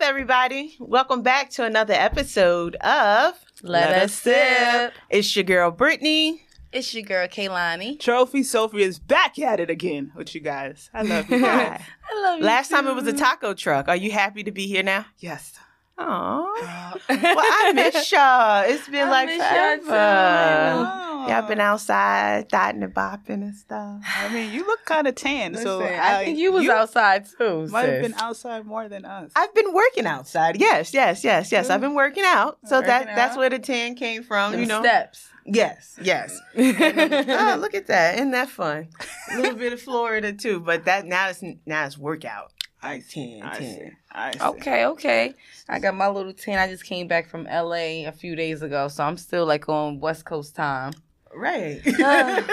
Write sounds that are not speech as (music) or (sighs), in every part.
everybody. Welcome back to another episode of Let, us sip. It's your girl, Brittany. It's your girl Kaylani. Trophy Sophie is back at it again with you guys. I love (laughs) you guys. Hi. I love (laughs) you. Last time it was a taco truck. Are you happy to be here now? yes. Oh. Aw. well, Well, I (laughs) miss y'all. It's been I like miss y'all too. forever. Oh. Y'all been outside, dotting and bopping and stuff. I mean, you look kind of tan, so Listen, I, think you was outside too. Might have sis. been outside more than us. I've been working outside. Yes, yes, yes, yes. I've been working out. So Working that that's out. where the tan came from, Them you know. steps. Yes, (laughs) yes. oh, look at that. Isn't that fun? A little bit of (laughs) Florida too, but that now it's now it's workout. I see, I tan. see. I see. Okay, okay. I got my little tin. I just came back from LA a few days ago, so I'm still like on West Coast time. Right. Ah. (laughs)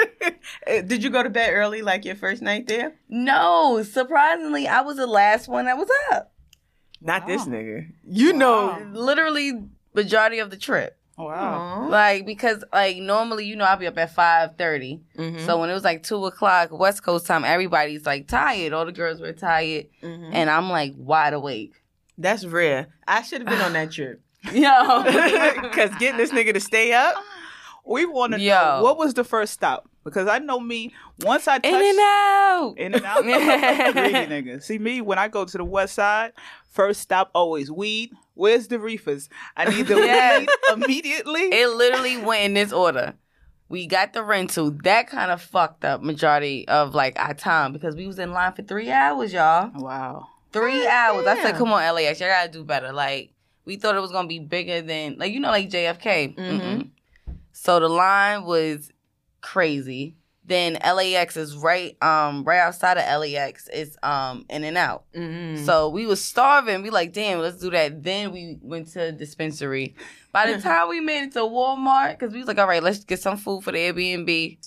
Uh, Did you go to bed early like your first night there? No, surprisingly, I was the last one that was up. Not this Wow. Oh. nigga. You Wow. know. Literally majority of the trip. Wow. Like because like normally, you know, I'll be up at five thirty. So So when it was like two o'clock West Coast time, everybody's like tired. All the girls were tired, Mm-hmm. and I'm like wide awake. (laughs) that's rare. I should have been on that trip. (laughs) Yo, Cause getting this nigga to stay up. We want to Yo. know what was the first stop because I know me. Once I touch in and out. In and (laughs) out. Greedy nigga. See me when I go to the west side, first stop always weed. Where's the reefers? I need the Yes. weed (laughs) immediately. It literally went in this order. We got the rental. That kind of fucked up majority of like our time because we was in line for three hours, y'all. wow. Three hours. I said, damn. come on, LAX, y'all gotta do better. Like we thought it was gonna be bigger than like you know like Mhm. JFK. Mm-mm. So the line was crazy. Then LAX is right um right outside of LAX. It's um in and out. Mm. So we was starving. We like, damn, let's do that. Then we went to a dispensary. (laughs) By the time we made it to Walmart, because we was like, all right, let's get some food for the Airbnb.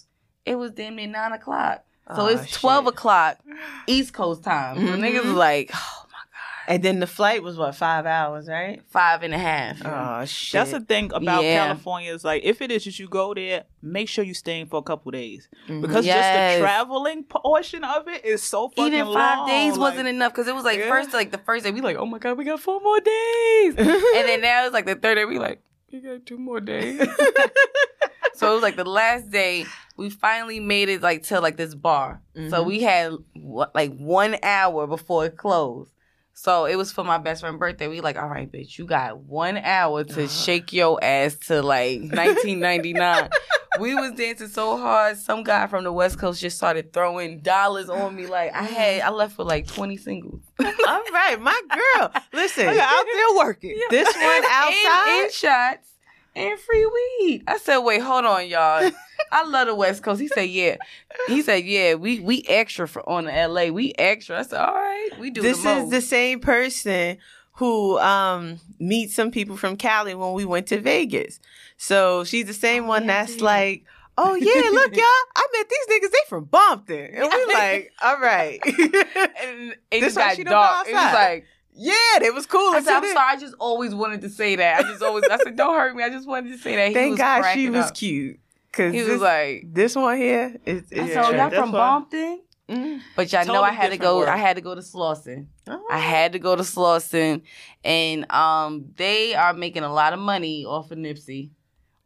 It was damn near nine o'clock. So Aw, it's twelve oh, shit. o'clock East Coast time. So Mhm. niggas was like And then the flight was what five hours, right? five and a half. Oh shit. That's the thing about Yeah. California is like if it is that you go there, make sure you staying for a couple days Mm-hmm. because just Mm-hmm. Yes. the traveling portion of it is so fucking Even five long. days Like, wasn't enough because it was like Yeah. first like the first day we like, (laughs) oh my god, we got four more (laughs) days. and then now it's like the third day we like (laughs) we got two more days so it was like the last day we finally made it like to like this bar so Mm-hmm. Mhm. we had what, like one hour before it closed so it was for my best friend's birthday we like all right bitch you got one hour Uh-huh. to shake your ass to (laughs) like 1999 We was dancing so hard. Some guy from the West Coast just started throwing dollars on me. Like I had, I left with like twenty singles. (laughs) All right, my (laughs) girl. Listen, (laughs) Nigga, out there working. this one and, outside. and shots and free weed. I said, wait, hold (laughs) on, y'all. I love the West Coast. He said, yeah. He said, yeah. We we extra for on the LA. We extra. I said, all right. We do this the is most. the same person who um meets some people from Cali when we went to Vegas. So she's the same one Oh, yeah, I that's did. like, oh yeah, (laughs) look y'all, I met these niggas. They from Bompton, and we like, all right, (laughs) and it This just why got she don't go dark. It was outside. like yeah, they was cool. I said, until I'm then. sorry. I just always wanted to say that. I just always. I said, don't hurt me. I just wanted to say that. He Thank was God she cracking was up. cute because He this, was like. this one here is. I is said, oh, true. y'all that's from why- Bompton? Mm. But y'all know Totally I had to different go. world. I had to go to Slauson. Oh. I had to go to Slauson, and um, they are making a lot of money off of Nipsey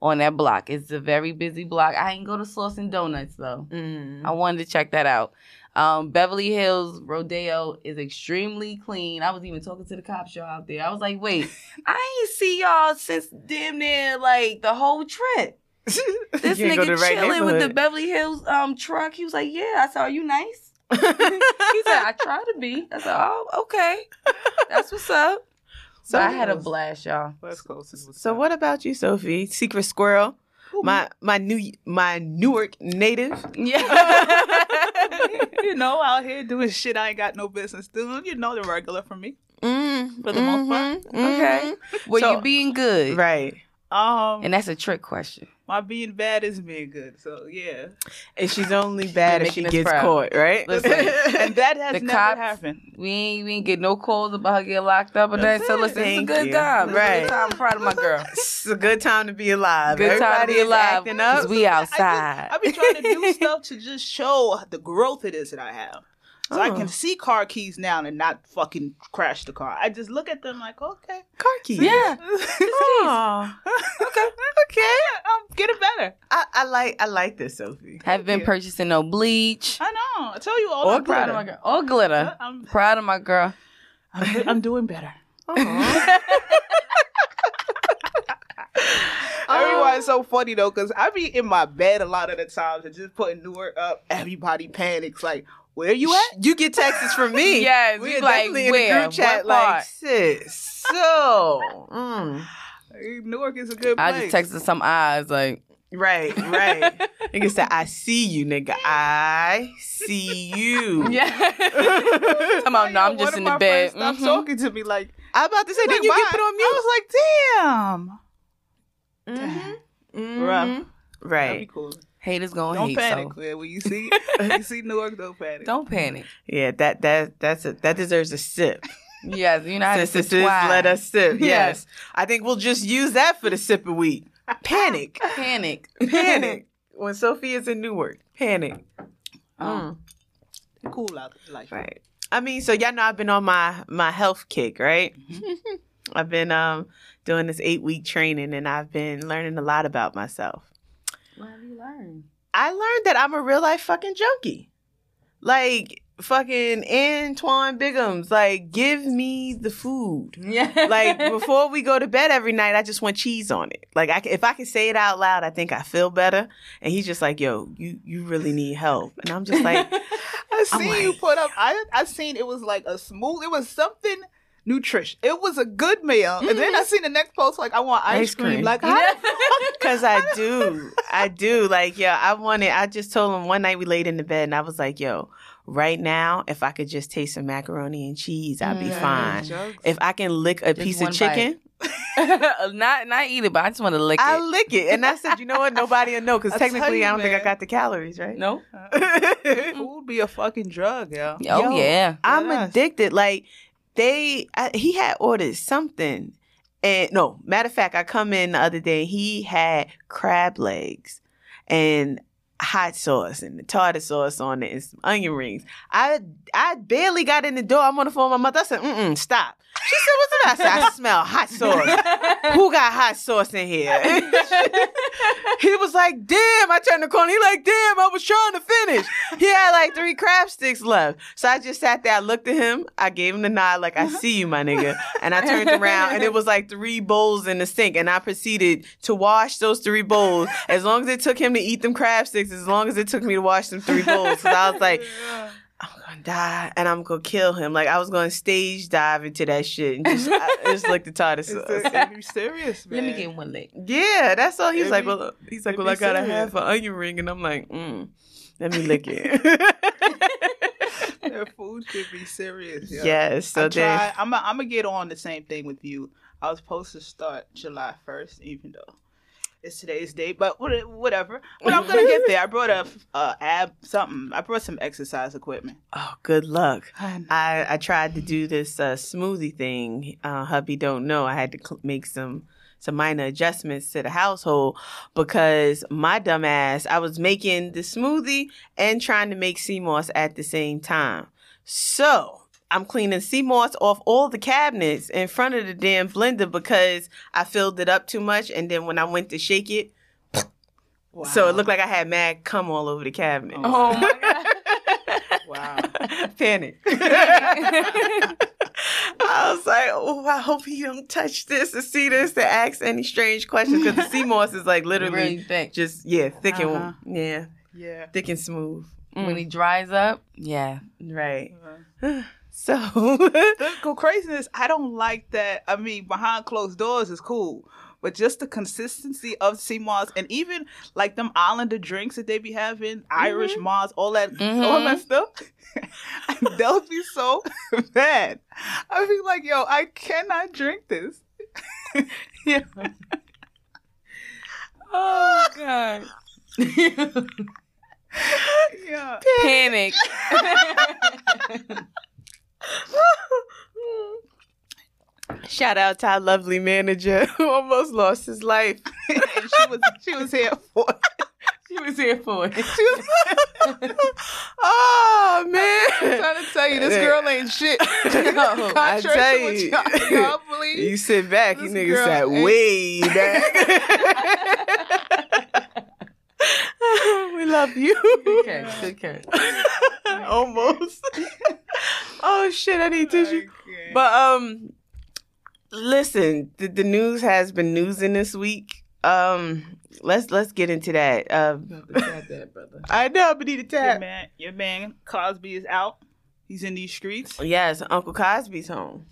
on that block. It's a very busy block. I didn't go to Slauson Donuts though. Mm. (laughs) I wanted to check that out. Um, Beverly Hills Rodeo is extremely clean. I was even talking to the cops y'all out there. I was like, wait, I ain't see y'all since damn near like the whole trip. This You ain't go to the nigga right chilling with the neighborhood. Beverly Hills um truck. He was like, yeah. I said, are (laughs) you nice? (laughs) He said, I try to be. I said, oh, okay. That's what's (laughs) up. So I had a blast, y'all. (laughs) West Coast. is what's So up. what about you, Sophie? Secret squirrel, Who- my my new my Newark native. Yeah. (laughs) you know, out here doing shit I ain't got no business doing. You know, the regular for me. Mm-hmm. Mm, For the most part. okay. (laughs) Were So- you being good? Right. Um, And that's a trick question. my being bad is being good. So (laughs) yeah, And she's only bad You're if she making us gets proud. caught, right? (laughs) Listen, and that has The never cops- happened. We ain't, we ain't get no calls about her getting locked up or That's nothing. So it. listen, it's a Thank good you. time. It's a Right. good time. I'm proud of my girl. it's a good time to be alive. Good time to Everybody be is alive. acting 'cause up. we I just- outside. (laughs) (laughs) I be trying to do stuff to just show the growth it is that I have. So I can see car keys now and not fucking crash the car. I just look at them like, okay. Car keys. Yeah. (laughs) Aw. okay. Okay. I'm getting better. I, I like I like this, Sophie. Have been Yeah. purchasing no bleach. I know. I tell you all Or I'm proud Proud of my of girl. All glitter. my- I'm, Proud of my girl. (laughs) I'm, I'm doing better. Aw. Everyone's so funny though, cause I be in my bed a lot of the times and just putting Newark up. Everybody panics, like, "Where you at?" you get texts from me. (laughs) Yes, we you are like, definitely in where? the group chat. What Like, part? sis, so mm, Newark is a good place. I just texted some eyes like right, (laughs) right. nigga said, "I see you, nigga. I see (laughs) you." Yeah. (laughs) Come on, no, I'm One just of in the my bed. friends stopped Mhm. talking to me like, I'm about to say, like did you why? get put on I mute? was like, "Damn, Mhm, Rough. mhm. that'd be Right. cool." (laughs) haters gonna Don't hate. panic, So. man. When you see, when you see Newark, don't panic. Don't panic. Yeah. That that that's a, that deserves a sip. Yes, you know how to Since sit this is let us sip. Yeah. Yes. I think we'll just use that for the sip of week. (laughs) Panic. panic. (laughs) Panic. when Sophie is in Newark. Panic. Um, Mm. cool out there, like Right. I mean, so y'all know I've been on my my health kick, right? I've been um doing this eight week training, and I've been learning a lot about myself. What have you learned? I learned that I'm a real life fucking junkie. Like fucking Antoine Biggums. Like, give me the food. Yeah. (laughs) Like before we go to bed every night, I just want cheese on it. Like I, c- if I can say it out loud, I think I feel better. And he's just like, "Yo, you you really need help." And I'm just (laughs) like, I seen you like- put up. I I seen it was like a smooth. It was something nutrition. It was a good meal, and then I Mm-hmm. seen the next post like I want ice, Ice cream. cream. Like how the (laughs) Cause I do, I do. Like, yo, I wanted. I just told him one night we laid in the bed, and I was like, yo, right now, if I could just taste some macaroni and cheese, I'd be Mm. fine. Jokes. If I can lick a Just piece one of chicken, (laughs) not not eat it, but I just want to lick I it. lick it. And I said, you know what? Nobody will (laughs) know, cause I tell technically, you, I don't think I man. got the calories, right? (laughs) No. Mm. Food be a fucking drug, yo. Oh Yo. (laughs) yeah. I'm Yes. addicted. Like they, I, he had ordered something, and no matter of fact, I come in the other day. He had crab legs and hot sauce and the tartar sauce on it and some onion rings. I I barely got in the door. I'm on the phone with my mother. I said, "Mm stop." She said, "What's the matter?" I said, "I smell hot (laughs) sauce." Who got hot sauce in here? (laughs) he was like, damn, I turned the corner. He like, damn, I was trying to finish. He had like three crab sticks left. So I just sat there, I looked at him, I gave him the nod, like, I see you, my nigga. And I turned around and it was like three bowls in the sink. And I proceeded to wash those three bowls. As long as it took him to eat them crab sticks, as long as it took me to wash them three bowls. Cause I was like, I'm gonna die and I'm gonna kill him. Like I was gonna stage dive into that shit and just, I just looked at tartar It's sauce. the- if you serious, Let man. me get one lick. (laughs) Yeah, that's all. He's It'd like, be- well, he's like, it'd well, I be got a serious. half an onion ring, and I'm like, mm, let me lick (laughs) it. Their food should be serious. Yo. yes. So I then, try, I'm i I'm gonna get on the same thing with you. I was supposed to start July 1st, even though it's today's date, but what- whatever. But I'm gonna get there. I brought a uh, ab something. I brought some exercise equipment. oh, good luck. I I tried to do this uh, smoothie thing. Uh, hubby don't know. I had to cl- make some some minor adjustments to the household because my dumbass, I was making the smoothie and trying to make sea moss at the same time. So I'm cleaning sea moss off all the cabinets in front of the damn blender because I filled it up too much. And then when I went to shake it, Wow. so it looked like I had mad cum all over the cabinet. Oh. (laughs) my god. wow. (laughs) Panic. I was like, oh, I hope he don't touch this or see this to ask any strange questions because (laughs) the sea moss is like (laughs) literally really thick. just yeah, thick and Uh-huh. yeah, Yeah. thick and smooth. Mm. When he dries up, yeah. Right. Uh, So (laughs) The co- craziness, I don't like that. I mean, behind closed doors is cool, but just the consistency of sea moss and even like them Islander drinks that they be having, Irish moss, all that, Mhm. all that stuff. They'll be so bad. I be like, yo, I cannot drink this. yeah. Oh god. yeah. (laughs) panic. shout out to our lovely manager (laughs) who almost lost his life. and she was she was here for (laughs) she was here for it. she was Oh man. (laughs) Trying to This girl ain't shit. I Contrary tell to what you. y'all, y'all believe. You sit back, you This niggas girl sat ain't- way (laughs) back. (laughs) we love you. Good catch. Good catch. (laughs) Almost. (laughs) oh shit, I need tissue. Okay. But um listen, the, the news has been newsing this week. Um let's let's get into that. Um I know, but need a your tap. man, your man Cosby is out. He's in these streets. Yes, Uncle Cosby's (laughs) home.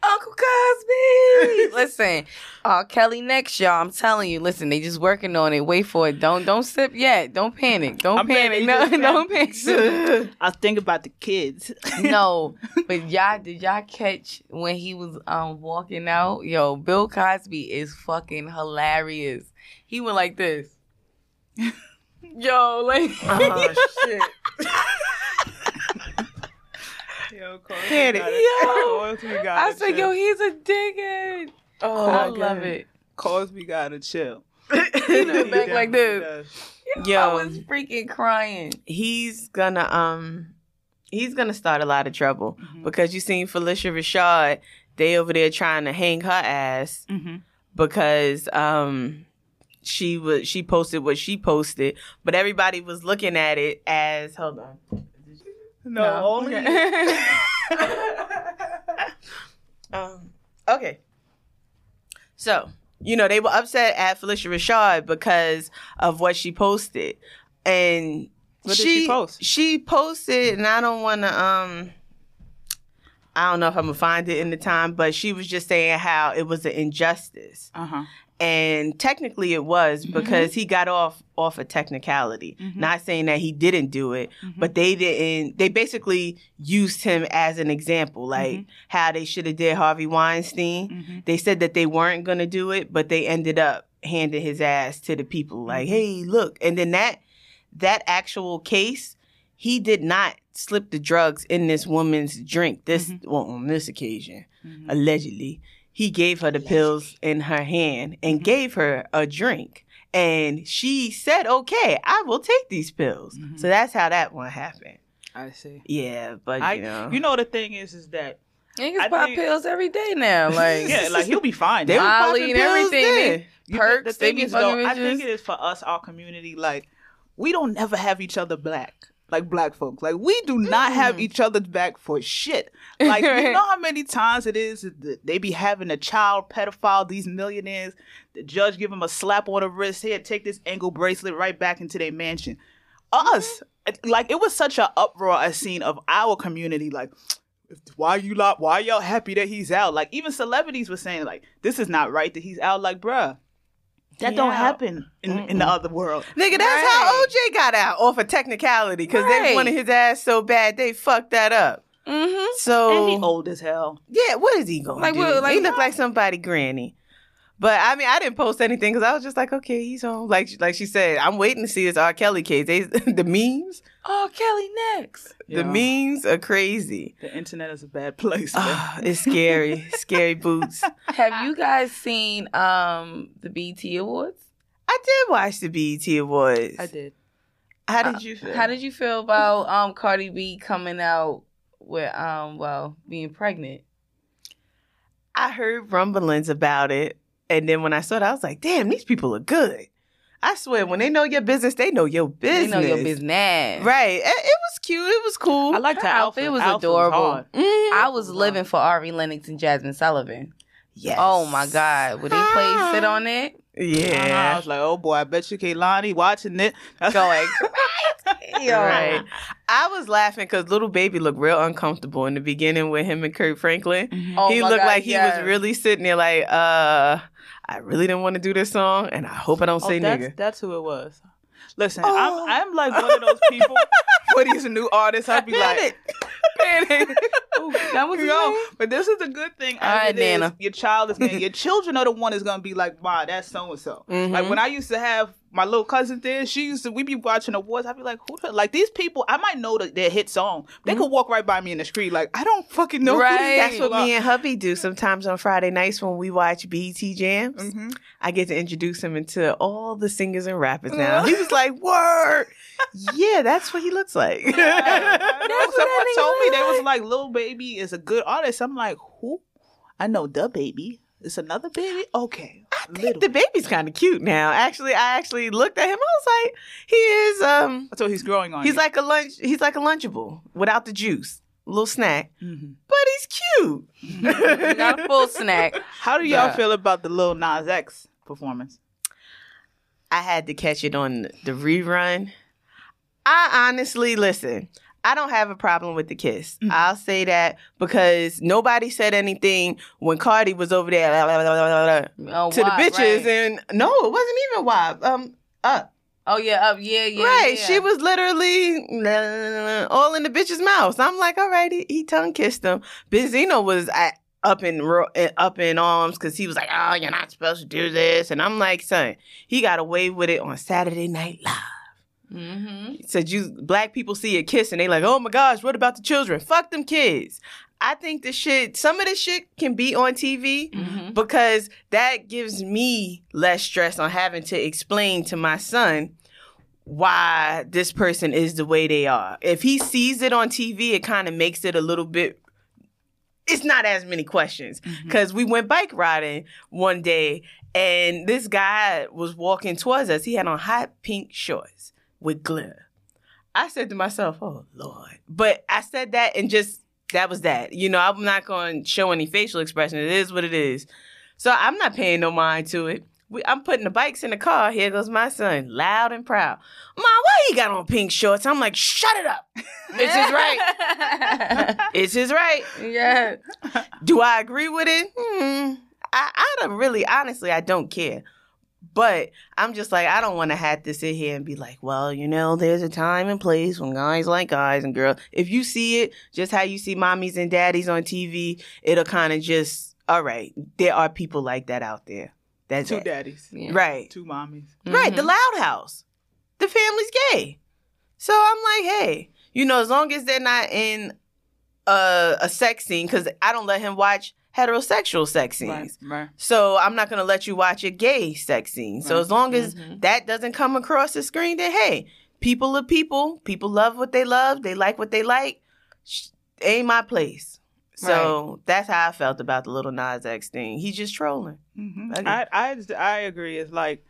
Uncle Cosby. listen, uh, Kelly next, y'all. I'm telling you. Listen, they just working on it. Wait for it. Don't don't sip yet. Don't panic. Don't I'm panic. ready. No, Just (laughs) don't panic. Oh, I think about the kids. (laughs) no, but y'all did y'all catch when he was um walking out? Yo, Bill Cosby is fucking hilarious. He went (laughs) like this. Yo, like oh (laughs) shit. Yo, (laughs) Hit it. Cosby (laughs) I got said, yo, he's a dickhead. Oh, I my love God. (laughs) it. Cosby got to (laughs) chill. went back like this. Yo. I was freaking crying. he's gonna um he's gonna start a lot of trouble Mhm. because you seen Felicia Rashad they over there trying to hang her ass Mm-hmm. because um she was she posted what she posted but everybody was looking at it as hold on No, only (laughs) Okay. (laughs) um okay so you know they were upset at Felicia Rashad because of what she posted and What did she post? she posted, and I don't want to. Um, I don't know if I'm gonna find it in the time, but she was just saying how it was an injustice, Uh huh. and technically it was because he got off off a technicality. Mhm. Mm-hmm. Not saying that he didn't do it, but they didn't. They basically used him as an example, like how they should have did Harvey Weinstein. Mhm. They said that they weren't gonna do it, but they ended up handing his ass to the people. Like, hey, look, and then that that actual case, he did not slip the drugs in this woman's drink. This well, on this occasion, Mm-hmm. Mhm. allegedly, he gave her the pills in her hand and gave her a drink. And she said, "Okay, I will take these pills." Mhm. So that's how that one happened. I see. Yeah, but I, you know, you know the thing is, is that Niggas I pop think- pills every day (laughs) now. Like, yeah, like he'll be fine. they were Molly popping and pills everything, then. they- You know, perks, The thing they be is, though, fucking I think bitches. it is for us, our community. Like, we don't never have each other black, like black folks. Like, we do not have each other's back for shit. Like, (laughs) you Right. know how many times it is that they be having a child pedophile. These millionaires, the judge give them a slap on the wrist. Here, take this ankle bracelet right back into their mansion. Us, like, it was such an uproar I seen of our community. Like, why you lot why y'all happy that he's out like even celebrities were saying like this is not right that he's out like bruh that don't Yeah. happen in, in the other world Nigga, that's Right. how OJ got out off a technicality because they Right. wanted his ass so bad they fucked that up. mm-hmm. So and he old as hell yeah, what is he going Like, do? well, like- he looked like somebody granny. But I mean, I didn't post anything because I was just like, okay, he's home. Like, like she said, I'm waiting to see this R. Kelly case. They, (laughs) the memes, Oh, Kelly (laughs) next. Yeah. the memes are crazy. the internet is a (sighs) bad place man. Ah, it's scary, scary boots. Have you guys seen um the BT Awards? I did watch the BET Awards. i did How did you feel? How did you feel about um Cardi B coming out with um well being pregnant? I heard rumblings about it. And then when I saw it, I was like, damn, these people are good. I swear, when they know your business, they know your business. They know your business. Right. It, it was cute. It was cool. i liked her Her outfit outfit was adorable. hard. Mhm. I was living for Ari Lennox and Jasmine Sullivan. Yes. Oh my God. Would they play Ah. sit on it? (laughs) Uh-huh. i Yeah. was like oh boy i bet you Kehlani watching it (laughs) Going Right. (laughs) I was laughing because little baby looked real uncomfortable in the beginning with him and Kurt Franklin. Mm-hmm. Oh he my looked God, like he yes. was really sitting there like, uh, I really didn't want to do this song, and I hope I don't oh, say that's, nigga. (laughs) that's who it was listen Oh. I'm, I'm like one of those (laughs) people for these new artists i'd be like Panic. Ooh, (laughs) that was Yo, me. but this is the good thing. All right, of it is Nana. Your (laughs) child is gonna, your children are the one that's gonna be like, Ma, that's so and so. Mhm. Like when I used to have my little cousin there, she used to we be watching awards. I'd be like, who? The, like these people, I might know the, their hit song. They could walk right by me in the street. Like I don't fucking know. Right. Who these Mm-hmm. That's people what me and hubby do sometimes on Friday nights when we watch BT Jams. are. Mhm. I get to introduce him into all the singers and rappers (laughs) now. he was like, "Word, yeah, that's what he looks like." Yeah. what Someone that nigga told me look they was like, "Little Baby is a good artist." I'm like, "Who? I know the baby. It's another baby. Okay, I think the baby's kind of cute now. Actually, I actually looked at him. I was like, he is. Um, so he's growing on. he's you. like a lunch. He's like a lunchable without the juice, a little snack, (laughs) Mhm. but he's cute. Not a full (laughs) snack. "How do y'all Yeah. feel about the Lil Nas X performance?" I had to catch it on the rerun. I honestly listen. I don't have a problem with the kiss. Mm-hmm. Mhm. I'll say that because nobody said anything when Cardi was over there la, la, la, la, la, la, Oh, to wop, the bitches, right. and no, it wasn't even Wob. Um, up oh yeah, up yeah yeah. right. yeah. She was literally la, la, la, la, all in the bitch's mouth. I'm like, all right, he, he tongue kissed him. Benzino was at, up in ro- eh, up in arms because he was like, oh, you're not supposed to do this, and I'm like, son, he got away with it on Saturday Night Live. Mm-hmm. said you black people see a kiss and they like, oh my gosh, what about the children? Fuck them kids. I think the shit, some of the shit can be on TV (laughs) Mm-hmm. because that gives me less stress on having to explain to my son why this person is the way they are. If he sees it on TV, it kind of makes it a little bit. It's not as many questions because we went bike riding one day and this guy was walking towards us. He had on hot pink shorts with glitter. I said to myself, oh Lord. But I said that and just that was that. You know, I'm not going to show any facial expression. It is what it is. So I'm not paying no mind to it. We, I'm putting the bikes in the car. Here goes my son, loud and proud. Ma, why he got on pink shorts? I'm like, shut it up. It's his right. right. It's his right. (laughs) yeah. Do I agree with it? Hmm. I, I don't really, honestly, I don't care. But I'm just like, I don't want to have to sit here and be like, well, you know, there's a time and place when guys like guys and girls. If you see it, just how you see mommies and daddies on TV, it'll kind of just, all right, there are people like that out there. That's Two it. daddies, Yeah. Right. two mommies. Right. Mm-hmm. The Mm-hmm. Loud House. The family's gay. So I'm like, hey, you know, as long as they're not in a, a sex scene, because I don't let him watch heterosexual sex scenes. Right, right. So I'm not going to let you watch a gay sex scene. So Right. as long as that doesn't come across the screen, then hey, people are people. People love what they love. They like what they like. Sh- Ain't my place. So that's how I felt about the little Nas X thing. He's just trolling. hmm Okay. I, I just- I agree. It's like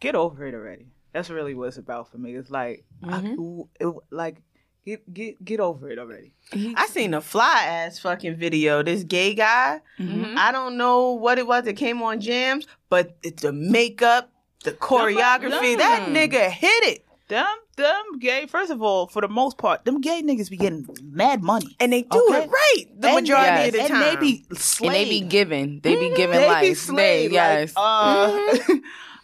get over it already. That's really what it's about for me. It's like Mm-hmm, I- it, like get get get over it already. mm-hmm. I seen a fly ass fucking video. This gay guy, Mhm. I don't know what it was that came on jams, but it- the makeup, the choreography, that Mm. nigga hit it. Them them gay. First of all, for the most part, them gay niggas be getting mad money. And they do Okay. it right the And- majority yes. of the time. and they be And they slave. be giving. They (laughs) be giving They life. be slave. They, yes. Like, uh, (laughs)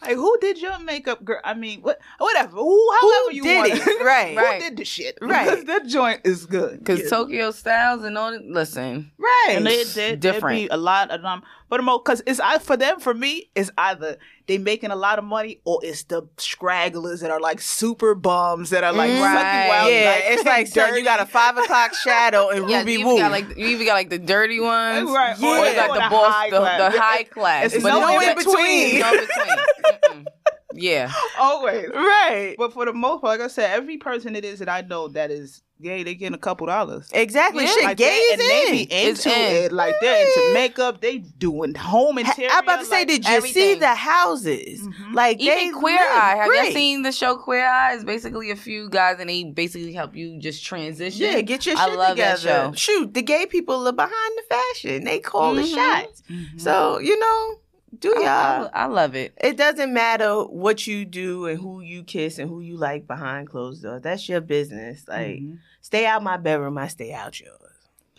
like who did your makeup, girl? I mean, what whatever. Who, however you did want it? Right. (laughs) (laughs) Who Right. did the shit? Right. Because that joint is good. Because Yeah. Tokyo Styles and all that. Listen. Right. And they, It's they, different. There'd be a lot of them, but because it's I for them for me it's either they making a lot of money or it's the scragglers that are like super bums that are like Mm. sucking Right. wild. yeah, like, (laughs) it's like so you dirty. got a five (laughs) o'clock shadow and Yeah, Ruby you Woo. Got, like, you even got like the dirty ones. Right, or Or Yeah. you got or the, the boss, high the, class. the high class. It's but no there's in between. No between. Mm-mm. yeah. (laughs) always right. But for the most part, like I said, every person it is that I know that is gay, they getting a couple dollars. Exactly. Yeah. Shit, Like gay they, is and they in. be It's into in. it. Like they're into makeup, they doing home Ha- interior. I'm about to say, like, did you see everything. Mm-hmm. the houses? Mhm. Like (laughs) they Even Queer live Eye. Have you great. seen the show Queer Eye? It's basically a few guys and they basically help you just transition. Yeah, get your shit I love that together. show. Shoot, the gay people are behind the fashion. They call the Mhm. shots. mm-hmm. So you know, do I, y'all? I, I love it. It doesn't matter what you do and who you kiss and who you like behind closed doors. That's your business. Like, Mhm. Mm-hmm. stay out my bedroom. I stay out yours.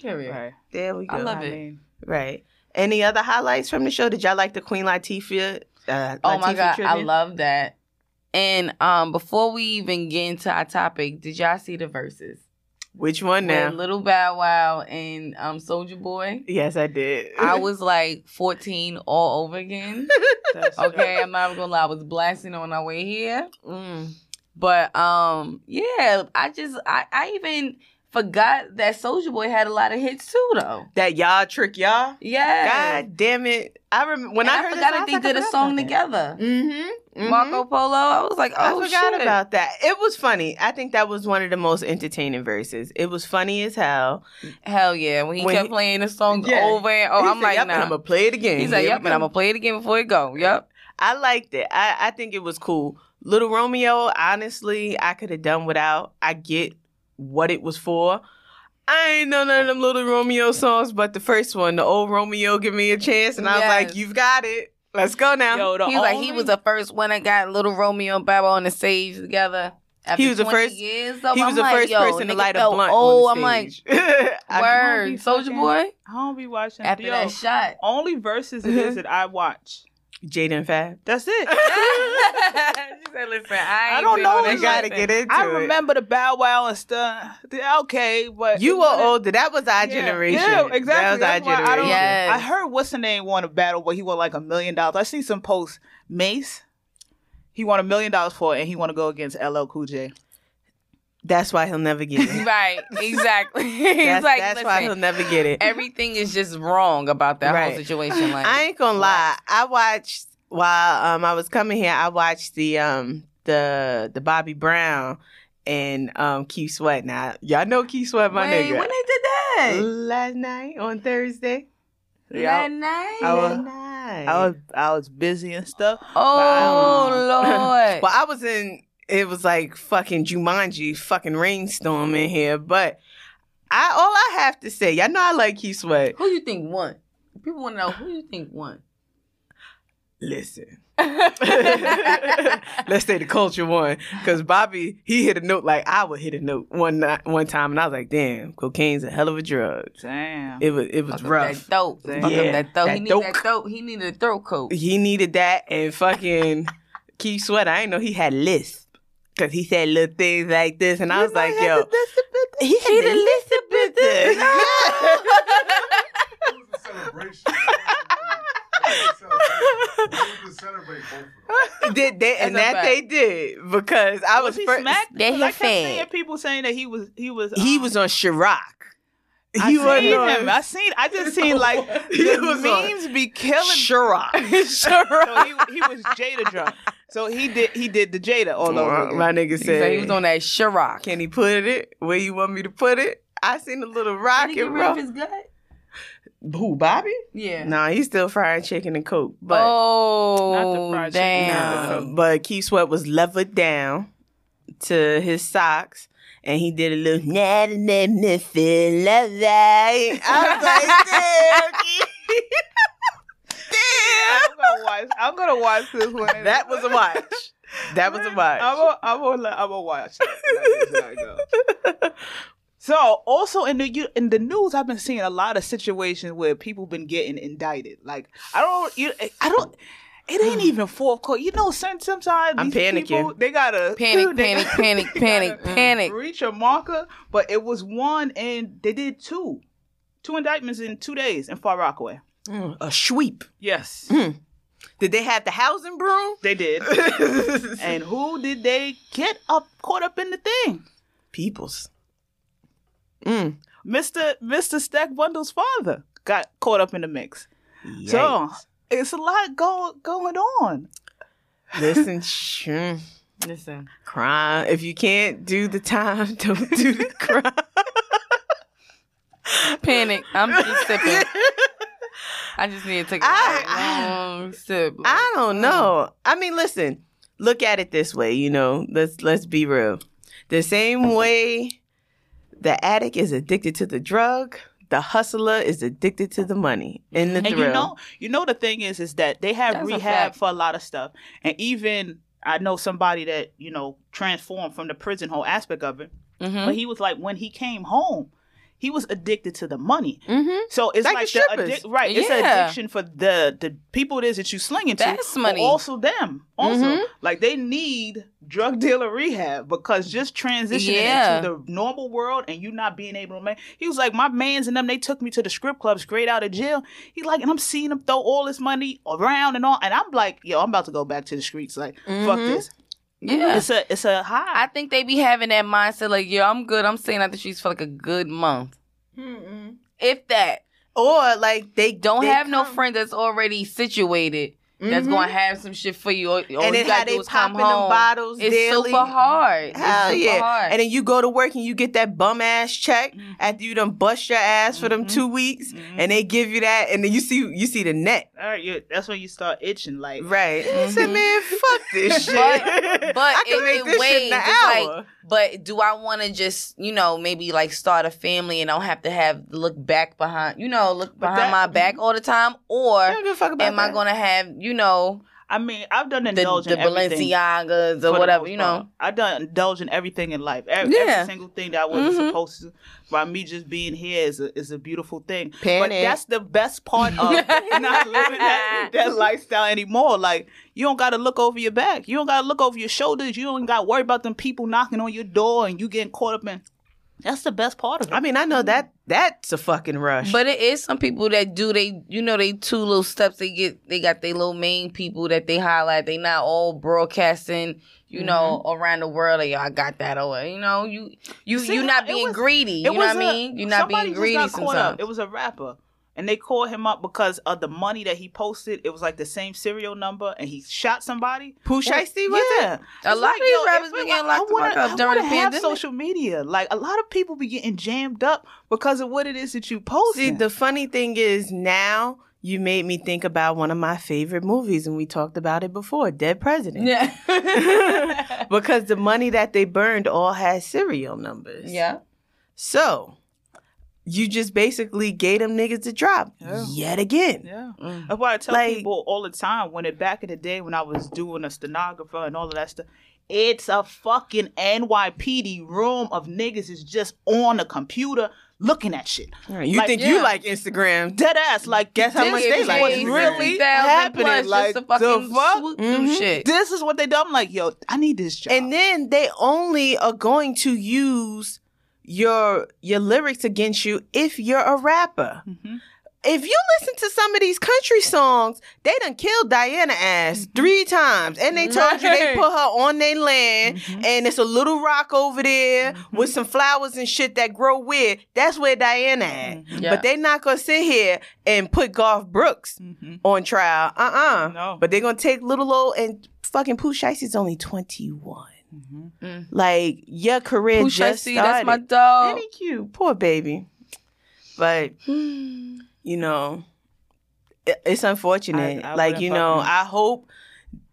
Period. Right. There we go. I love I it. (laughs) mean, Right. Any other highlights from the show? Did y'all like the Queen Latifah? Uh, Oh my Latifah god, I tribute? love that. And um, before we even get into our topic, did y'all see the verses? Which one now? With Little Bow Wow and um Soldier Boy. yes, I did. (laughs) I was like 14 all over again. that's Okay, I'm not gonna lie, I was blasting on our way here. Mm. But um, yeah, I just I, I even Forgot that Soldier Boy had a lot of hits too, though. That y'all trick y'all. Yeah. God damn it! I remember when And I I, heard forgot this, I that was they like, "Oh, I did a forgot song about that. together. Mm-hmm. Marco Polo. I was like, oh I forgot shit. about that. It was funny. I think that was one of the most entertaining verses. It was funny as hell. Hell yeah. When he When kept he- playing the song Yeah. over and oh, He I'm said, like, "Yep, and nah. I'm gonna play it again. He's like, Here we yep, and I'm go." gonna play it again before it go. Yep. I liked it. I, I think it was cool. Little Romeo, honestly, I could have done without. I get what it was for. I ain't know none of them Little Romeo songs, but the first one, the old Romeo, give me a chance, and I was Yes. like, you've got it. Let's go now. Yo, the He was like, he only- was the first one that got Little Romeo and Baba on the stage together. After He was the 20 first- Years, though, he was I'm the like, first yo, person to nigga light a felt blunt. old. on the I'm stage. (laughs) I- like, word, be Soldier fucking- Boy. I don't be watching. After Yo, that shot. (laughs) (laughs) only verses it is that I watch. Jaden Fab. (laughs) That's it. she said, listen, I, ain't don't been know on I I that you. gotta shit get since- into I it. remember the Bow Wow and stuff. The- Okay, but You it were wasn't- older. That was our Yeah, generation. Yeah, exactly. That was That's our why I, generation. don't, Yes. I heard what's the name won a battle where he won like a million dollars. I seen some posts. Mace, he won a million dollars for it, and he want to go against LL Cool J. That's why he'll never get it. (laughs) Right, exactly. (laughs) He's That's, like, that's listen, why he'll never get it. everything is just wrong about that Right. whole (laughs) situation. Like, I ain't gonna lie. I watched while um I was coming here. I watched the um the the Bobby Brown and um Keith Sweat. Now y'all know Keith Sweat, my Wait, nigga. when they did that? Last night on Thursday. Oh, That Yeah, night. I was- Last night. I was I was busy and stuff. oh (laughs) Wow. lord. Well, I was in. It was like fucking Jumanji, fucking rainstorm in here. But I all I have to say, y'all know I like Keith Sweat. Who you think won? People want to know who you think (laughs) won. Listen. (laughs) Let's say the culture one, because Bobby he hit a note like I would hit a note one night, one time, and I was like, "Damn, cocaine's a hell of a drug." Damn. It was it was Fuck up rough. that dope. Fuck up Yeah, that dope. that he need dope. that dope. He needed a throat coat. He needed that, and fucking Keith Sweat. I didn't know he had lisp, because he said little things like this, and I was like, "Yo, he had the lisp (laughs) bit there." It was a celebration. It was a celebration. We could celebrate both of (laughs) them. did they, and That's a that they did because I was, Was he first- smacked? They 'Cause I hit kept fed. seeing people saying that he was he was He um, was on Chirac. I He seen on him. I seen. I just seen like (laughs) He the was on- memes be killing. Chirac. (laughs) So he, he was Jada drunk. So he did he did the Jada all over again. My nigga He said, said he was on that Ciroc. "Can he put it where you want me to put it?" I seen a little Did he rocket, get rid bro. of his gut? Who, Bobby? Yeah. Nah, he's still frying chicken and coke, but oh Not the fried chicken. damn. um, but Keith Sweat was levered down to his socks. And he did a little, (laughs) nah, nah, nah, feel alright." (laughs) I was like, damn, Keith. I'm gonna watch. I'm gonna watch this one. damn. That was a watch. That (laughs) was a watch. I'm gonna I'm gonna I'm gonna watch. that. That is not good. (laughs) So also in the you- in the news, I've been seeing a lot of situations where people been getting indicted. Like I don't you I don't. It (sighs) ain't even four court. You know, some- sometimes I'm these people, panicking. they gotta Panic, (laughs) they- panic, (laughs) panic, (laughs) they panic, gotta (laughs) panic. Reach a marker, but it was one, and they did two, two indictments in two days in Far Rockaway. Mm, a sweep. (laughs) Yes, Did they have the housing (laughs) broom? they did. and who did they get up caught up in the thing? Peoples. Mm. Mr. Mr. Stack Bundle's father got caught up in the mix. So it's a lot go, going on. listen, sh- mm, Listen. crime. If you can't do the time, (laughs) don't do the crime. Panic. I'm just sipping. (laughs) I just need to take a I- long sip. Like, I don't know. I mean, listen. Look at it this way. You know, let's let's be real. The same way the addict is addicted to the drug, the hustler is addicted to the money and the And thrill. you know, you know the thing is, is that they have That's a rehab fact. for a lot of stuff, and even I know somebody that you know transformed from the prison whole aspect of it. Mhm. But he was like, when he came home, he was addicted to the money. mm-hmm. So it's Like like, the the strippers. addic- right. It's an Yeah. addiction for the the people it is that you slinging to. That's but money. Mm-hmm. also them. Also, Mhm. like they need drug (laughs) dealer rehab because just transitioning Yeah. into the normal world and you not being able to make. He was like, my man's and them. They took me to the strip club straight out of jail. He like, and I'm seeing them throw all this money around and all, and I'm like, yo, I'm about to go back to the streets. Like, fuck Mhm. this. Mm-hmm. Yeah. It's a it's a high. I think they be having that mindset like, yo, I'm good. I'm staying out the streets for like a good month. Mm-mm. If that. Or like they Don't they have no come- friend that's already situated that's Mhm. going to have some shit for you. All, all and you then how got to they do is come popping them home. bottles it's daily. super hard. It's Hell super yeah. hard. And then you go to work and you get that bum ass check Mhm. after you done bust your ass for them Mm-hmm. Mhm. two weeks, Mhm. and they give you that, and then you see you see the net, All right, you, that's when you start itching. Like right? I said, Mhm. man, fuck this shit. But- (laughs) but I can it- make it this shit in an wanes. It's hour. But do I want to just, you know, maybe like start a family and don't have to have look back behind, you know, look But behind that- my back all the time? I Or don't give a fuck about am I that. going to have, you know, I mean, I've done the, indulge the in everything. Balenciagas for or the whatever, most you part. know? I done indulge in everything in life. E-, Every, Yeah. every single thing that I wasn't Mhm. supposed to. By me just being here is a, is a beautiful thing. Panic. But that's the best part (laughs) of (laughs) not living that, that lifestyle anymore. Like you don't got to look over your back. You don't got to look over your shoulders. You don't got to worry about them people knocking on your door and you getting caught up in. That's the best part of it. I mean, I know that that's a fucking rush. But it is some people that do they, you know, they two little steps. They get, they got their little main people that they highlight. They not all broadcasting, you know, around the world. Like, Yo, I got that or you know, you, you, Mm-hmm. See, you're not it being was- greedy. You It know what I was a- mean? You're not somebody being just greedy got caught up. sometimes. It was a rapper. And they called him up because of the money that he posted. It was like the same serial number, and he shot somebody. Pooh Well, Shiesty was yeah. it? A lot It's like, of these yo, rappers if be we- getting I locked the wanna- fuck up I during the wanna have pandemic. social media. Like a lot of people be getting jammed up because of what it is that you Mm-hmm. post. See, the funny thing is now you made me think about one of my favorite movies, and we talked about it before, Dead President. (laughs) yeah. Because the money that they burned all had serial numbers. yeah. So you just basically gave them niggas to drop Yeah. yet again. yeah. Mm. That's why I tell Like- people all the time. When it back in the day when I was doing a stenographer and all of that stuff, it's a fucking NYPD room of niggas is just on a computer looking at shit. You Like, think you yeah. like Instagram? Dead ass. Like Guess how They much get they like what's paid really 60,000 plus happening. just Like, to fucking the fuck? swoop Mm-hmm. through Mhm. shit. This is what they do. I'm like, yo, I need this job. and then they only are going to use your your lyrics against you if you're a rapper. Mhm. If you listen to some of these country songs, they done killed Diana ass Mm-hmm. three times, and they told you they Right. put her on their land, Mhm. and it's a little rock over there Mm-hmm. with some flowers and shit that grow weird. That's where Diana Mm-hmm. at. Yeah. But they not gonna sit here and put Garth Brooks Mhm. on trial. Uh uh No. But they're gonna take little old and fucking Pooh Shicey's only twenty one. Mhm. Like your career Who should I just see? started. Mm-hmm. That's my dog. Pretty cute, poor baby. But you know, it- it's unfortunate. I- I like wouldn't you fuck know, with him. I hope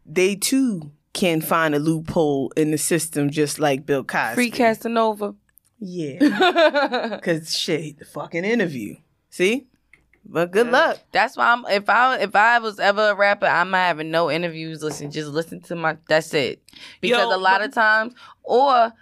they too can find a loophole in the system, just like Bill Cosby. Free Casanova. (laughs) yeah. Cause shit, the fucking interview. See, but good luck. That's why I'm if I if I was ever a rapper, I'm not having no interviews. Listen, just listen to my that's it. Because Yo, a lot but- of times or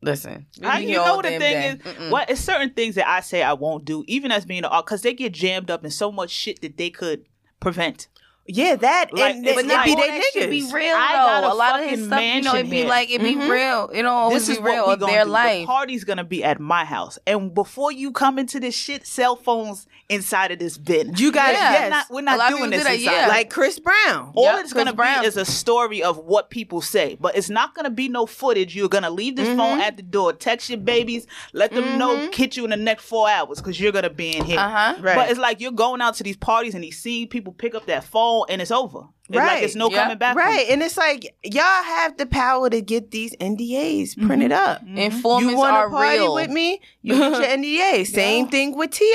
listen. we I, be you here all know the damn thing day. is, Mm-mm. what it's certain things that I say I won't do, even as being an art, because they get jammed up in so much shit that they could prevent. Yeah, that Like, and it's it, not be all they that shit niggas. be real I got though. a A, lot of his fucking stuff, you know, it mansion be here. like it be Mhm. real. It don't always mm-hmm. this is be real what we or gonna their do. The life. party's gonna be at my house, and before you come into this shit, cell phones inside of this bin. You guys, Yeah. yes, we're not, we're A lot not of people doing this do that, inside. yeah. Like like Chris Brown. all Yep, it's Chris gonna Brown. be is a story of what people say, but it's not gonna be no footage. You're gonna leave this Mm-hmm. phone at the door, text your babies, let them know, hit you in the next four hours, because you're gonna be in here. uh-huh. Uh, Right. But it's like you're going out to these parties and you see people pick up that phone and it's over. It's Right. like it's no Yeah. coming back. from Right, it. and it's like y'all have the power to get these NDAs printed up. Mm-hmm. Informants you wanna are party real. with me? You get (laughs) your NDA. Same thing with Ti.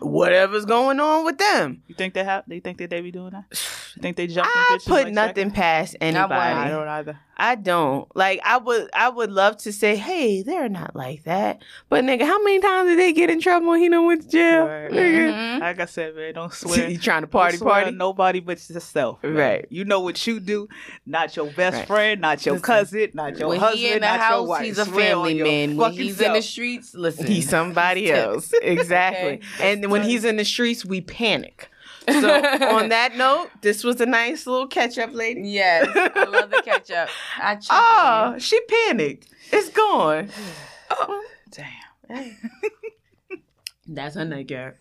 Whatever's going on with them, You think they have? Do you think that they be doing that? You think they jumping? I bitches put like nothing past anybody. wouldn't. That? I don't either. I don't like. I would. I would love to say, "Hey, they're not like that." But nigga, how many times did they get in trouble? when He done went to jail. Right. Nigga, Mhm. Like I said, (laughs) man, don't swear. you trying to Don't party, swear party? to nobody but yourself. man. Right. You know what you do. Not your best Right. friend. Not your Listen. cousin. Not your when husband. he in the not your house, wife. he's a Swear on family your man. When fucking he's in the self. streets, listen. He's (laughs) somebody tips. else. Exactly. Okay. And when he's in the streets, we panic. (laughs) So (laughs) on that note, this was a nice little catch up lady. Yes, I love the catch up. (laughs) I check Ah, Oh, she panicked. It's gone. Damn. That's (laughs) her nightgown.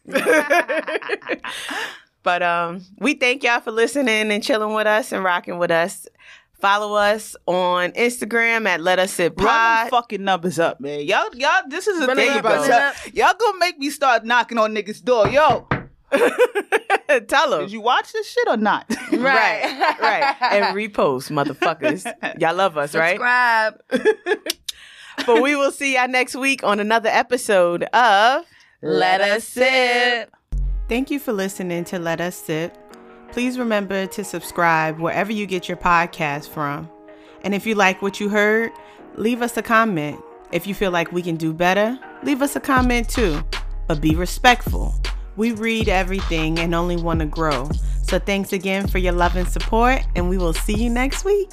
but um, we thank y'all for listening and chilling with us and rocking with us. Follow us on Instagram at Let Us Sit Run them Pod. fucking numbers up, man. Y'all, y'all, this is a Run 'em thing up, about run 'em y'all. Y'all gonna make me start knocking on niggas' door. Yo, (laughs) Tell them. did you watch this shit or (laughs) not? Right, right. (laughs) And repost, motherfuckers. Y'all love us, right? Subscribe. But we will see y'all next week on another episode of Let us sip. Thank you for listening to Let Us Sip. Please remember to subscribe wherever you get your podcast from. And if you like what you heard, leave us a comment. If you feel like we can do better, leave us a comment too. But be respectful. We read everything and only want to grow. So thanks again for your love and support, and we will see you next week.